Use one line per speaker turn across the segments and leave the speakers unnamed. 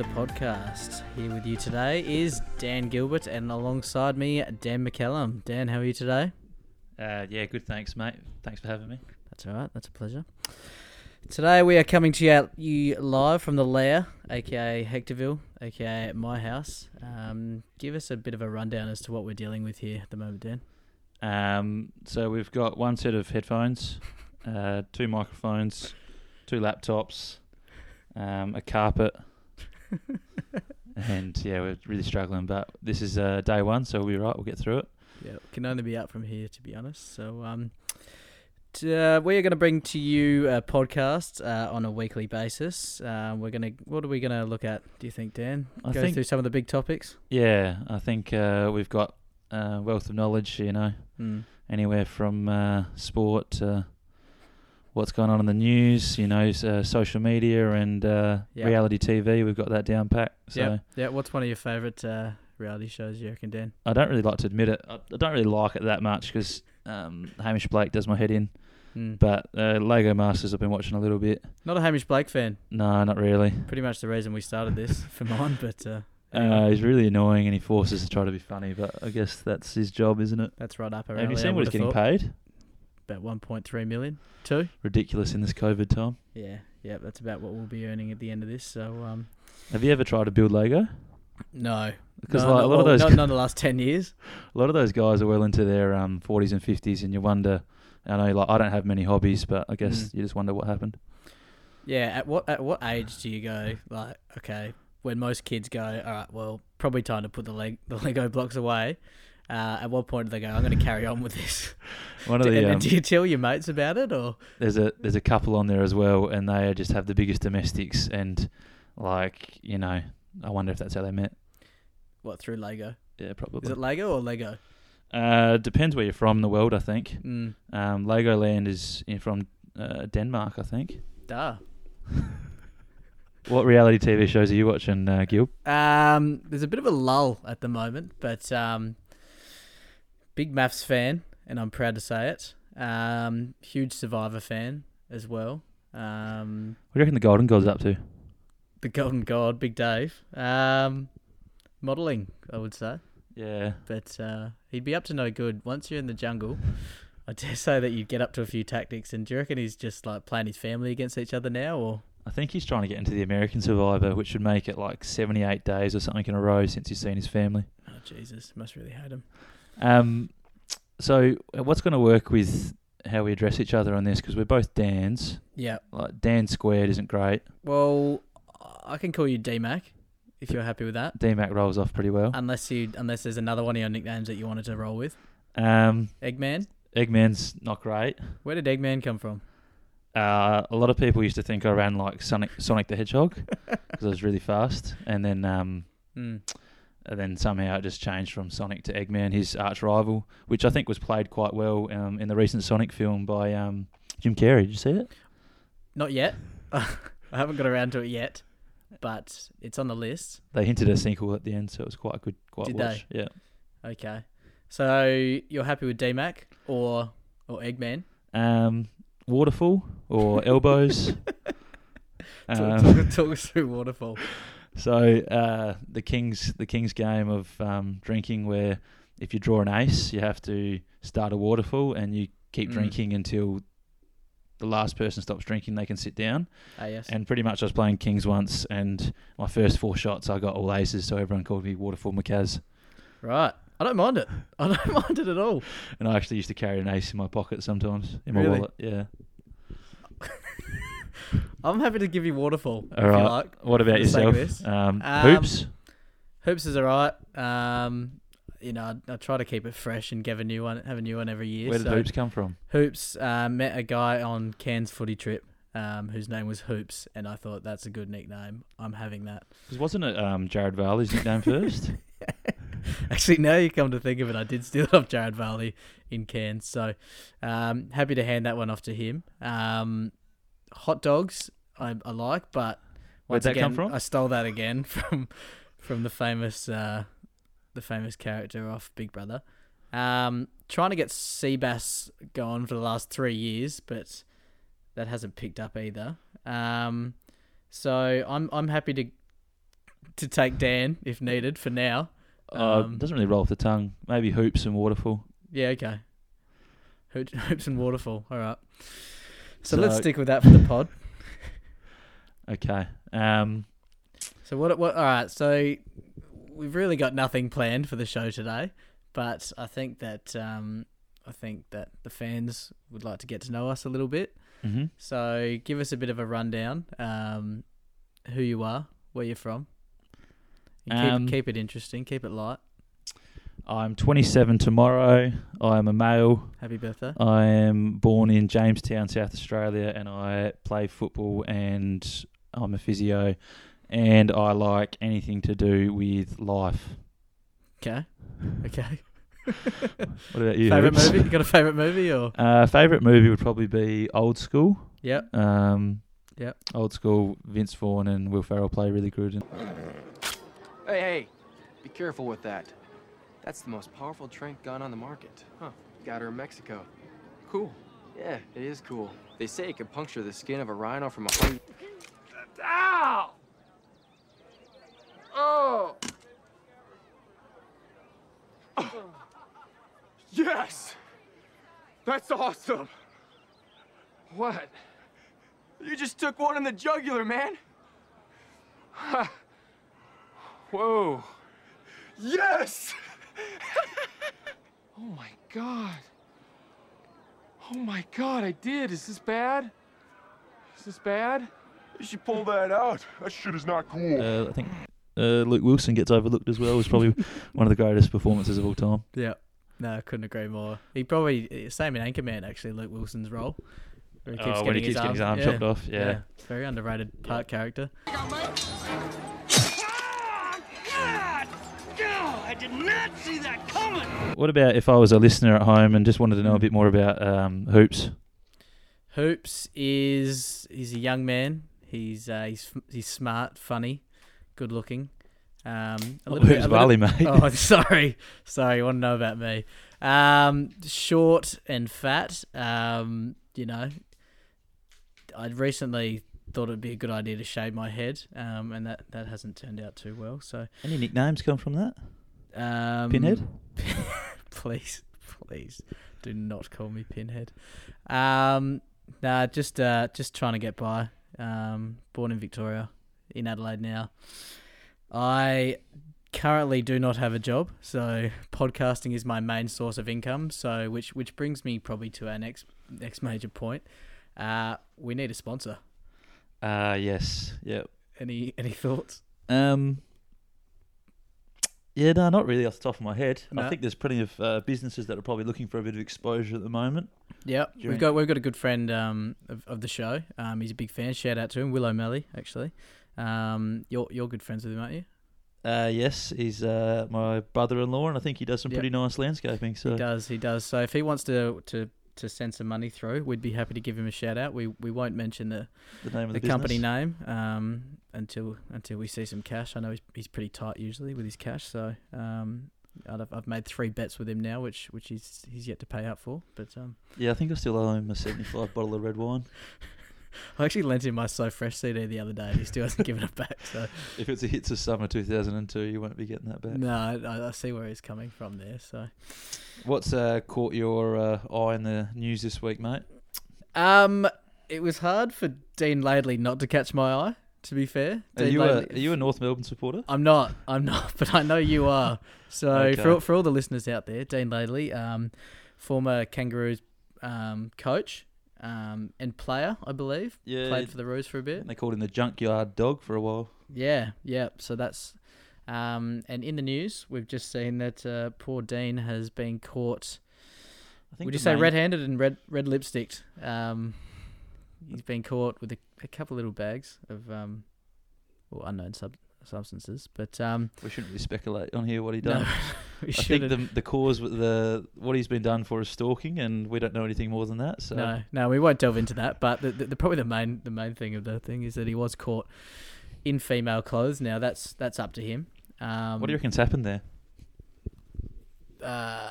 podcast. Here with you today is Dan Gilbert, and alongside me, Dan McCallum. Dan, how are you today?
Uh, yeah, good. Thanks, mate. Thanks for having me.
That's all right. That's a pleasure. Today we are coming to you, you live from the lair, aka Hectorville, aka my house. Um, give us a bit of a rundown as to what we're dealing with here at the moment, Dan.
Um, so we've got one set of headphones, uh, two microphones, two laptops, um, a carpet, and yeah, we're really struggling. But this is uh, day one, so we'll be right. We'll get through it.
Yeah, can only be up from here, to be honest. So, um, t- uh, we are going to bring to you a podcast uh, on a weekly basis. Uh, we're going to, what are we going to look at? Do you think, Dan?
I
Go
think-
through some of the big topics.
Yeah, I think uh, we've got uh, wealth of knowledge. You know,
Mm.
anywhere from uh, sport to what's going on in the news. You know, s- uh, social media and uh,
Yeah.
reality TV. We've got that down pat. So.
Yep. Yeah. What's one of your favourite uh, reality shows? You reckon, Dan?
I don't really like to admit it. I, I don't really like it that much because um, Hamish Blake does my head in.
Mm.
But uh, Lego Masters, I've been watching a little bit.
Not a Hamish Blake fan.
No, not really.
Pretty much the reason we started this for mine, but uh,
Uh, he's really annoying, and he forces to try to be funny. But I guess that's his job, isn't it?
that's right up. our
Have
alley,
you
I
seen what he's
would've
getting
thought.
paid?
About one point three million. Two.
Ridiculous in this COVID time.
Yeah. Yeah. That's about what we'll be earning at the end of this. So, um,
Have you ever tried to build Lego?
no.
Because
No,
like,
not-
a lot
well,
of those,
Not, not the last ten years.
a lot of those guys are well into their um, 40s and 50s, and you wonder. I know, like, I don't have many hobbies, but I guess
Mm.
you just wonder what happened.
Yeah, at what at what age do you go like okay? When most kids go, all right, well, probably time to put the leg the Lego blocks away. Uh, at what point do they go? I'm going to carry on with this.
One
Do,
of
and
the
then
um,
do you tell your mates about it or?
there's a there's a couple on there as well, and they just have the biggest domestics, and like you know, I wonder if that's how they met.
What through Lego?
Yeah,
Is
probably.
it Lego or Lego?
uh, depends where you're from in the world, I think.
Mm,
Um, Legoland is in, from uh, Denmark, I think.
duh.
What reality TV shows are you watching, uh, Gil?
Um, there's a bit of a lull at the moment, but um, big maths fan, and I'm proud to say it. Um, huge Survivor fan as well. Um,
What do you reckon the Golden God's up to?
the Golden God, Big Dave. Um, modeling, I would say,
Yeah,
but uh, he'd be up to no good once you're in the jungle. I dare say that you get up to a few tactics, and do you reckon he's just like playing his family against each other now, or
I think he's trying to get into the American Survivor, which would make it like 78 days or something in a row since he's seen his family.
oh Jesus, must really hate him.
Um, so uh, what's going to work with how we address each other on this? Because we're both Dan's.
Yeah.
Like Dan squared isn't great.
Well, I can call you D Mac if you're happy with that.
D Mac rolls off pretty well.
Unless you, unless there's another one of your nicknames that you wanted to roll with,
Um,
Eggman.
Eggman's not great.
Where did Eggman come from?
Uh, a lot of people used to think I ran like Sonic, Sonic the Hedgehog because I was really fast, and then um,
Mm.
and then somehow it just changed from Sonic to Eggman, his arch rival, which I think was played quite well um, in the recent Sonic film by um, Jim Carrey. Did you see it?
Not yet. I haven't got around to it yet, but it's on the list.
They hinted a sequel at the end, so it was quite a good, quite
Did
watch. Yeah.
Okay. So you're happy with DMAC or or Eggman?
Um, waterfall or elbows.
Talk,
um,
talk, talk us through Waterfall.
So uh, the king's the king's game of um, drinking, where if you draw an ace, you have to start a waterfall, and you keep
Mm.
drinking until the last person stops drinking. They can sit down.
Ah, yes.
And pretty much, I was playing kings once, and my first four shots, I got all aces, so everyone called me Waterfall Macaz.
right. I don't mind it. I don't mind it at all.
And I actually used to carry an ace in my pocket sometimes in my
Really?
wallet. Yeah.
I'm happy to give you Waterfall if
All right.
you like.
What about
the sake of
yourself?
this.
Um,
Um,
hoops.
Hoops is alright. Um, you know, I, I try to keep it fresh and give a new one, have a new one every year.
Where did
so
hoops come from?
Hoops, uh, met a guy on Cairns footy trip. Um, whose name was Hoops, and I thought that's a good nickname. I'm having that.
'Cause wasn't it um, Jared Varley's nickname first?
Actually, now you come to think of it, I did steal it off Jared Varley in Cairns. So um, happy to hand that one off to him. Um, hot dogs, I, I like, but
Where'd
once
that
again,
come from?
I stole that again from from the famous uh, the famous character off Big Brother. Um, trying to get Seabass going for the last three years, but that hasn't picked up either. Um, so I'm I'm happy to to take Dan if needed for now.
Uh,
Um,
doesn't really roll off the tongue. Maybe hoops and waterfall.
Yeah, okay. Hoop, hoops and waterfall. All right. So,
So-
let's stick with that for the pod.
Okay. Um,
So what? What? All right. So we've really got nothing planned for the show today, but I think that um, I think that the fans would like to get to know us a little bit.
mhm.
So give us a bit of a rundown. Um, who you are, where you're from. And keep,
Um,
keep it interesting. Keep it light.
I'm 27 tomorrow. I am a male.
Happy birthday.
I am born in Jamestown, South Australia, and I play football and I'm a physio and I like anything to do with life.
Okay. Okay.
What about you?
favorite
Hoops?
movie? You got a favorite movie or?
Uh, favorite movie would probably be Old School.
Yep.
Um,
Yep.
Old School. Vince Vaughn and Will Ferrell play really good. And
Hey, hey, be careful with that. That's the most powerful trank gun on the market. Huh, got her in Mexico. Cool. Yeah, it is cool. They say it could puncture the skin of a rhino from a hundred. Ow! Oh! Yes! That's awesome! What? You just took one in the jugular, man! Whoa. Yes! oh my god. Oh my god, I did. Is this bad? Is this bad?
You should pull that out. That shit is not cool.
uh, I think uh, Luke Wilson gets overlooked as well. It's probably one of the greatest performances of all time.
Yeah. No, I couldn't agree more. He probably same in Anchorman actually. Luke Wilson's role. Where
Oh, when he keeps getting his arm chopped off, yeah.
Very underrated part character.
Ah, God! God, I did not see that coming!
What about if I was a listener at home and just wanted to know a bit more about um, hoops?
Hoops is he's a young man. He's uh, he's f- he's smart, funny, good looking. Um, a little bit.
Hoops
a little-
Valley, mate.
oh, sorry, sorry. You want to know about me? Um, short and fat. Um, you know, I recently thought it'd be a good idea to shave my head, um, and that that hasn't turned out too well. So,
Any nicknames come from that?
um,
Pinhead?
please, please do not call me Pinhead. Um, nah, just uh, just trying to get by. Um, born in Victoria, in Adelaide now. I currently do not have a job, so podcasting is my main source of income. So, which which brings me probably to our next next major point. Uh, we need a sponsor.
Uh, yes. Yep.
Any any thoughts?
Um, yeah, no, not really off the top of my head.
No.
I think there's plenty of uh, businesses that are probably looking for a bit of exposure at the moment.
Yeah,
During-
we've got we've got a good friend um, of, of the show. Um, he's a big fan. Shout out to him, Willow Melly, actually. Um, you're you're good friends with him, aren't you?
Uh, yes, he's uh, my brother-in-law, and I think he does some
Yep.
pretty nice landscaping. So
He does, he does. So if he wants to to to send some money through, we'd be happy to give him a shout out. We we won't mention the
the name of
the,
the,
company
business.
name um, until until we see some cash. I know he's, he's pretty tight usually with his cash, so um, I've, I've made three bets with him now, which which he's he's yet to pay up for. But um,
Yeah, I think I still owe him a 75 bottle of red wine.
I actually lent him my So Fresh CD the other day, and he still hasn't given it back. So
If it's a hits of summer 2002, you won't be getting that back.
no, I, I see where he's coming from there. So
What's uh, caught your uh, eye in the news this week, mate?
um, it was hard for Dean Laidley not to catch my eye. To be fair,
Are
Dean
you, a,
Laidley-
are you a North Melbourne supporter?
I'm not. I'm not. But I know you are. So
Okay.
for all- for all the listeners out there, Dean Laidley, um, former Kangaroos um, coach um, and player, I believe,
Yeah.
played for the Roos for a bit.
And they called him the junkyard dog for a while.
Yeah, yeah. So that's um, and in the news, we've just seen that uh, poor Dean has been caught.
I think
Would
the
you say
main-
red-handed and red red lipsticked? Um, he's been caught with a, a couple little bags of um, well, unknown sub- substances, but um,
We shouldn't really speculate on here what he
No,
done.
we
I
shouldn't.
think the the cause with the what he's been done for is stalking, and we don't know anything more than that. So
No, no, we won't delve into that. But the, the, the probably the main the main thing of the thing is that he was caught in female clothes. Now that's that's up to him. Um,
what do you reckon's happened there?
Uh,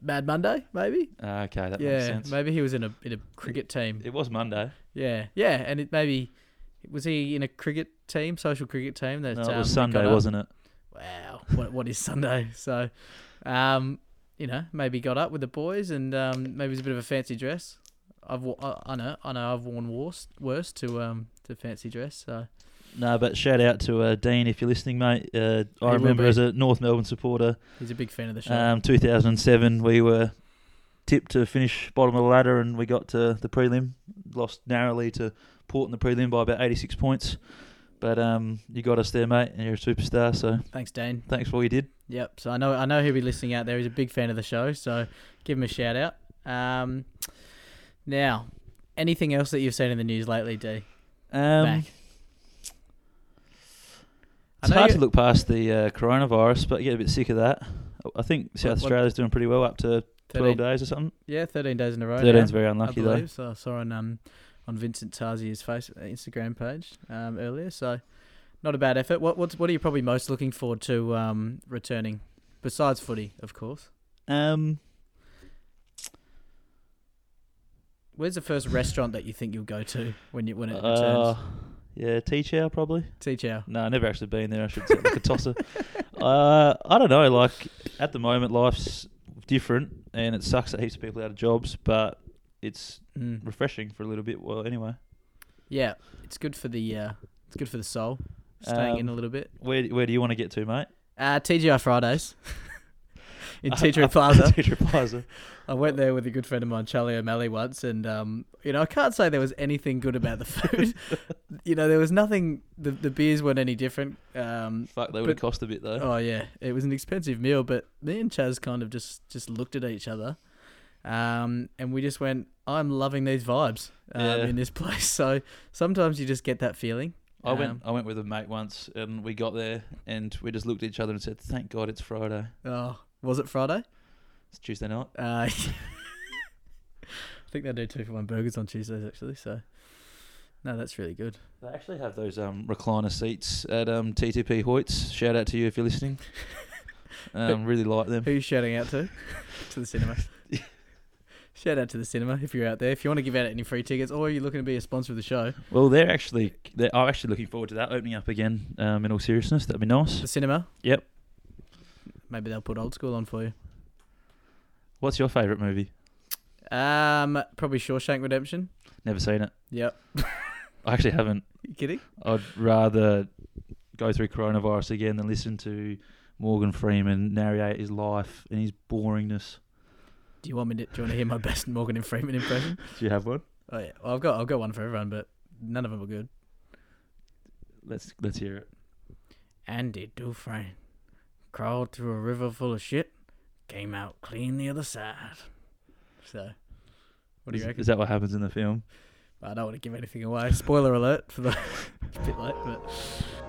Mad Monday, maybe.
Ah, okay, that makes
yeah,
sense.
maybe he was in a in a cricket team.
It was Monday.
yeah, yeah, and it maybe Was he in a cricket team, social cricket team? That
No,
um,
it was
that
Sunday,
got up?
wasn't it?
wow, what, what is Sunday? So, um, you know, maybe got up with the boys and um, maybe it's a bit of a fancy dress. I've wo- I, I know I know I've worn worse worse to um to fancy dress. So
No, but shout out to uh, Dean if you're listening, mate. Uh,
will
I remember
be.
as a North Melbourne supporter,
he's a big fan of the show.
um, 2007, we were tipped to finish bottom of the ladder, and we got to the prelim, lost narrowly to Port in the prelim by about 86 points. But um, you got us there, mate, and you're a superstar. So
Thanks, Dane.
thanks for all you did.
Yep. So I know I know he'll be listening out there. He's a big fan of the show, so give him a shout out. Um, now, anything else that you've seen in the news lately, D?
Um,
Back. I
It's
know
hard
you-
to look past the uh, coronavirus, but you get a bit sick of that. I think South
what-
Australia's doing pretty well up to
13
12 days or something.
Yeah, thirteen days in a row.
13's
now,
very
I
unlucky, though.
believe. So I saw on um on Vincent Tarzi's face uh, Instagram page um earlier. So not a bad effort. What what's, what are you probably most looking forward to um returning besides footy, of course?
Um,
Where's the first restaurant that you think you'll go to when you when it returns?
uh, yeah, tea chow probably.
Teach our
No, never actually been there. I should say like a tosser. Uh, I don't know. Like at the moment, life's different, and it sucks that heaps of people out of jobs, but it's
Mm.
refreshing for a little bit. Well, anyway,
Yeah, it's good for the uh, it's good for the soul. Staying in a
Um,
little bit.
where where do you want to get to, mate?
Uh, TGI Fridays in
Uh,
Teacher
uh,
Plaza.
Teacher Plaza.
I went there with a good friend of mine, Charlie O'Malley, once, and um, you know I can't say there was anything good about the food. you know there was nothing. The the beers weren't any different. Um,
Fuck, they would have
But-
cost a bit though.
oh yeah, it was an expensive meal, but me and Chaz kind of just just looked at each other, um, and we just went, "I'm loving these vibes um,
Yeah.
in this place." So sometimes you just get that feeling.
I
Um,
went I went with a mate once, and we got there, and we just looked at each other and said, "Thank God it's Friday.
Oh, was it Friday?
It's Tuesday night."
Uh, I think they do two for one burgers on Tuesdays actually. So, no, that's really good.
They actually have those um, recliner seats at um, TTP Hoyts. Shout out to you if you're listening. um, really like them.
Who you shouting out to? to the cinema. Shout out to the cinema if you're out there. If you want to give out any free tickets, or you're looking to be a sponsor of the show,
Well, they're actually they're, I'm actually looking forward to that opening up again. Um, in all seriousness, that'd be nice.
the cinema.
Yep.
Maybe they'll put old school on for you.
What's your favourite movie?
Um, probably Shawshank Redemption.
Never seen it.
Yep.
I actually haven't.
You kidding?
I'd rather go through coronavirus again than listen to Morgan Freeman narrate his life and his boringness.
Do you want me to? Do you want to hear my best Morgan and Freeman impression?
Do you have one?
Oh yeah. Well, I've got I've got one for everyone, but none of them are good.
Let's let's hear it.
Andy Dufresne crawled through a river full of shit, came out clean the other side. So, what do
Is-
you reckon?
Is that what happens in the film?
I don't want to give anything away. Spoiler alert for the it's a bit late, but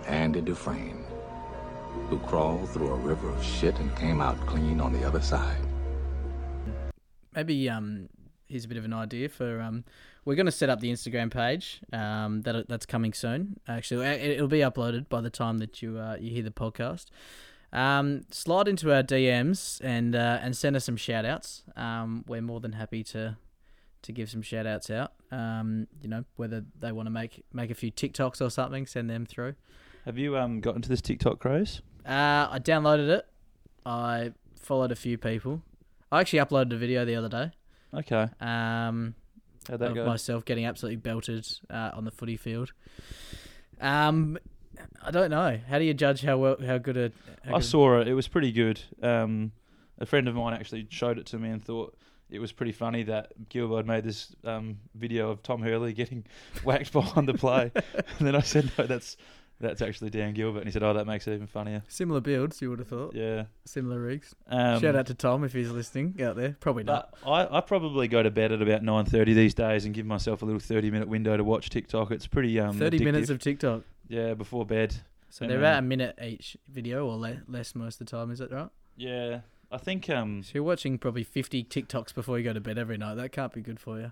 Andy Dufresne, who crawled through a river of shit and came out clean on the other side.
maybe um here's a bit of an idea for um we're going to set up the Instagram page um that that's coming soon. Actually, it- it'll be uploaded by the time that you uh, you hear the podcast. Um, slide into our DMs and uh, and send us some shout outs. Um, we're more than happy to to give some shout outs out. Um, you know, whether they want to make make a few TikToks or something, send them through.
Have you um got into this TikTok craze?
Uh, I downloaded it. I followed a few people. I actually uploaded a video the other day
Okay,
um,
how'd that
of
go?
myself getting absolutely belted uh, on the footy field. Um, I don't know. How do you judge how well, how good a? How
I
good a-
saw it. It was pretty good. Um, a friend of mine actually showed it to me and thought it was pretty funny that Gilbert made this um, video of Tom Hurley getting whacked behind the play. and then I said, "No, that's that's actually Dan Gilbert." And he said, "Oh, that makes it even funnier."
similar builds. You would have thought
Yeah.
similar rigs.
Um,
Shout out to Tom if he's listening out there. Probably not.
But I, I probably go to bed at about nine thirty these days and give myself a little thirty minute window to watch TikTok. It's pretty um
Thirty minutes
addictive.
of TikTok.
yeah before bed.
So
And
they're
then-
about a minute each video or le- less most of the time. Is that right?
Yeah, I think um
So you're watching probably fifty TikToks before you go to bed every night. That can't be good for you.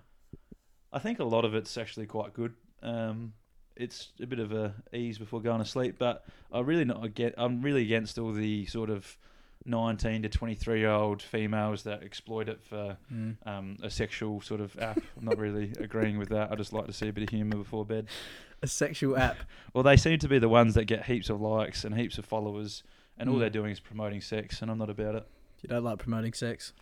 I think a lot of it's actually quite good. Um, it's a bit of a ease before going to sleep, but I really not get. I'm really against all the sort of nineteen to twenty three year old females that exploit it for
Mm.
um, a sexual sort of app. I'm not really agreeing with that. I just like to see a bit of humour before bed.
a sexual app.
Well, they seem to be the ones that get heaps of likes and heaps of followers, and all they're doing is promoting sex, and I'm not about it.
You don't like promoting sex.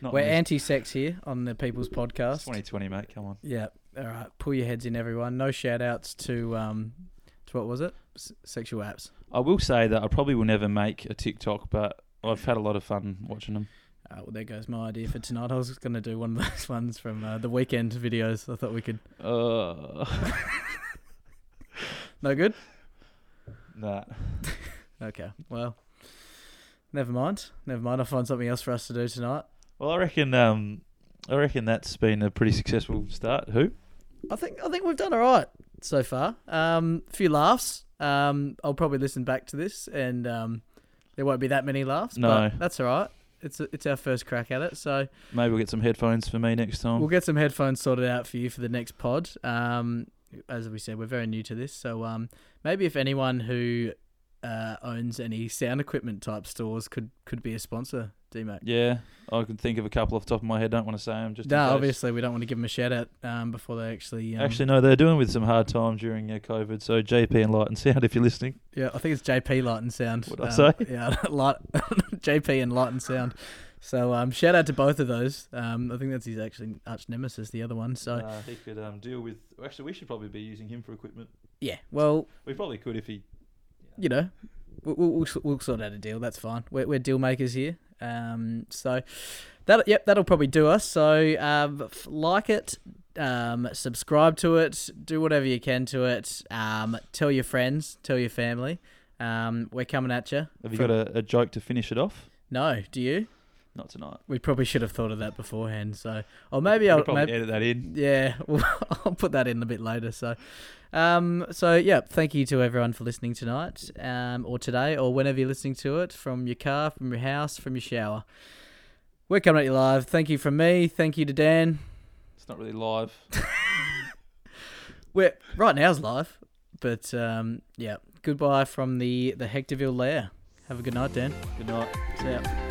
Not
We're
in this-
anti-sex here on the People's Podcast.
2020, mate. Come on.
Yeah. All right. Pull your heads in, everyone. No shout outs to um, to what was it? S- sexual apps.
I will say that I probably will never make a TikTok, but I've had a lot of fun watching them.
Uh, well, there goes my idea for tonight. I was going to do one of those ones from uh, the weekend videos. I thought we could.
Uh,
No good.
nah.
Okay. Well, never mind. Never mind. I'll find something else for us to do tonight.
Well, I reckon. Um, I reckon that's been a pretty successful start. Who?
I think I think we've done all right so far. Um, a few laughs. Um, I'll probably listen back to this, and um, there won't be that many laughs.
No.
but that's all right. It's it's our first crack at it, so
Maybe we'll get some headphones for me next time.
we'll get some headphones sorted out for you for the next pod. Um, as we said, we're very new to this, so um, maybe if anyone who uh, owns any sound equipment type stores could could be a sponsor, D Mac.
yeah, I can think of a couple off the top of my head. Don't want to say them. Just in
No,
case.
obviously we don't want to give them a shout out um, before they actually um,
Actually, no, they're doing with some hard time during uh, COVID. So JP and Light and Sound, if you're listening,
Yeah, I think it's JP Light and Sound.
What'd I
Um,
say?
Yeah, Light, JP and Light and Sound. So um, shout out to both of those. Um, I think that's his actually arch nemesis, the other one. So
uh, he could um, deal with. Actually, we should probably be using him for equipment.
yeah, well,
We probably could if he.
you know, we'll, we'll, we'll sort out a deal. That's fine. We're, we're deal makers here. Um, so that yep, that'll probably do us. So um, f- like it, um, subscribe to it, do whatever you can to it. Um, tell your friends, tell your family. Um, we're coming at you.
Have you got a, a joke to finish it off?
No, do you?
Not tonight.
We probably should have thought of that beforehand. So, or maybe
We'll
I'll
probably
maybe,
edit that in.
yeah, well, I'll put that in a bit later. So, um, so yeah, thank you to everyone for listening tonight, um, or today, or whenever you're listening to it from your car, from your house, from your shower. We're coming at you live. Thank you from me. Thank you to Dan.
It's not really live.
We're right now's live, but um, yeah, goodbye from the the Hectorville lair. Have a good night, Dan.
Good night.
See ya.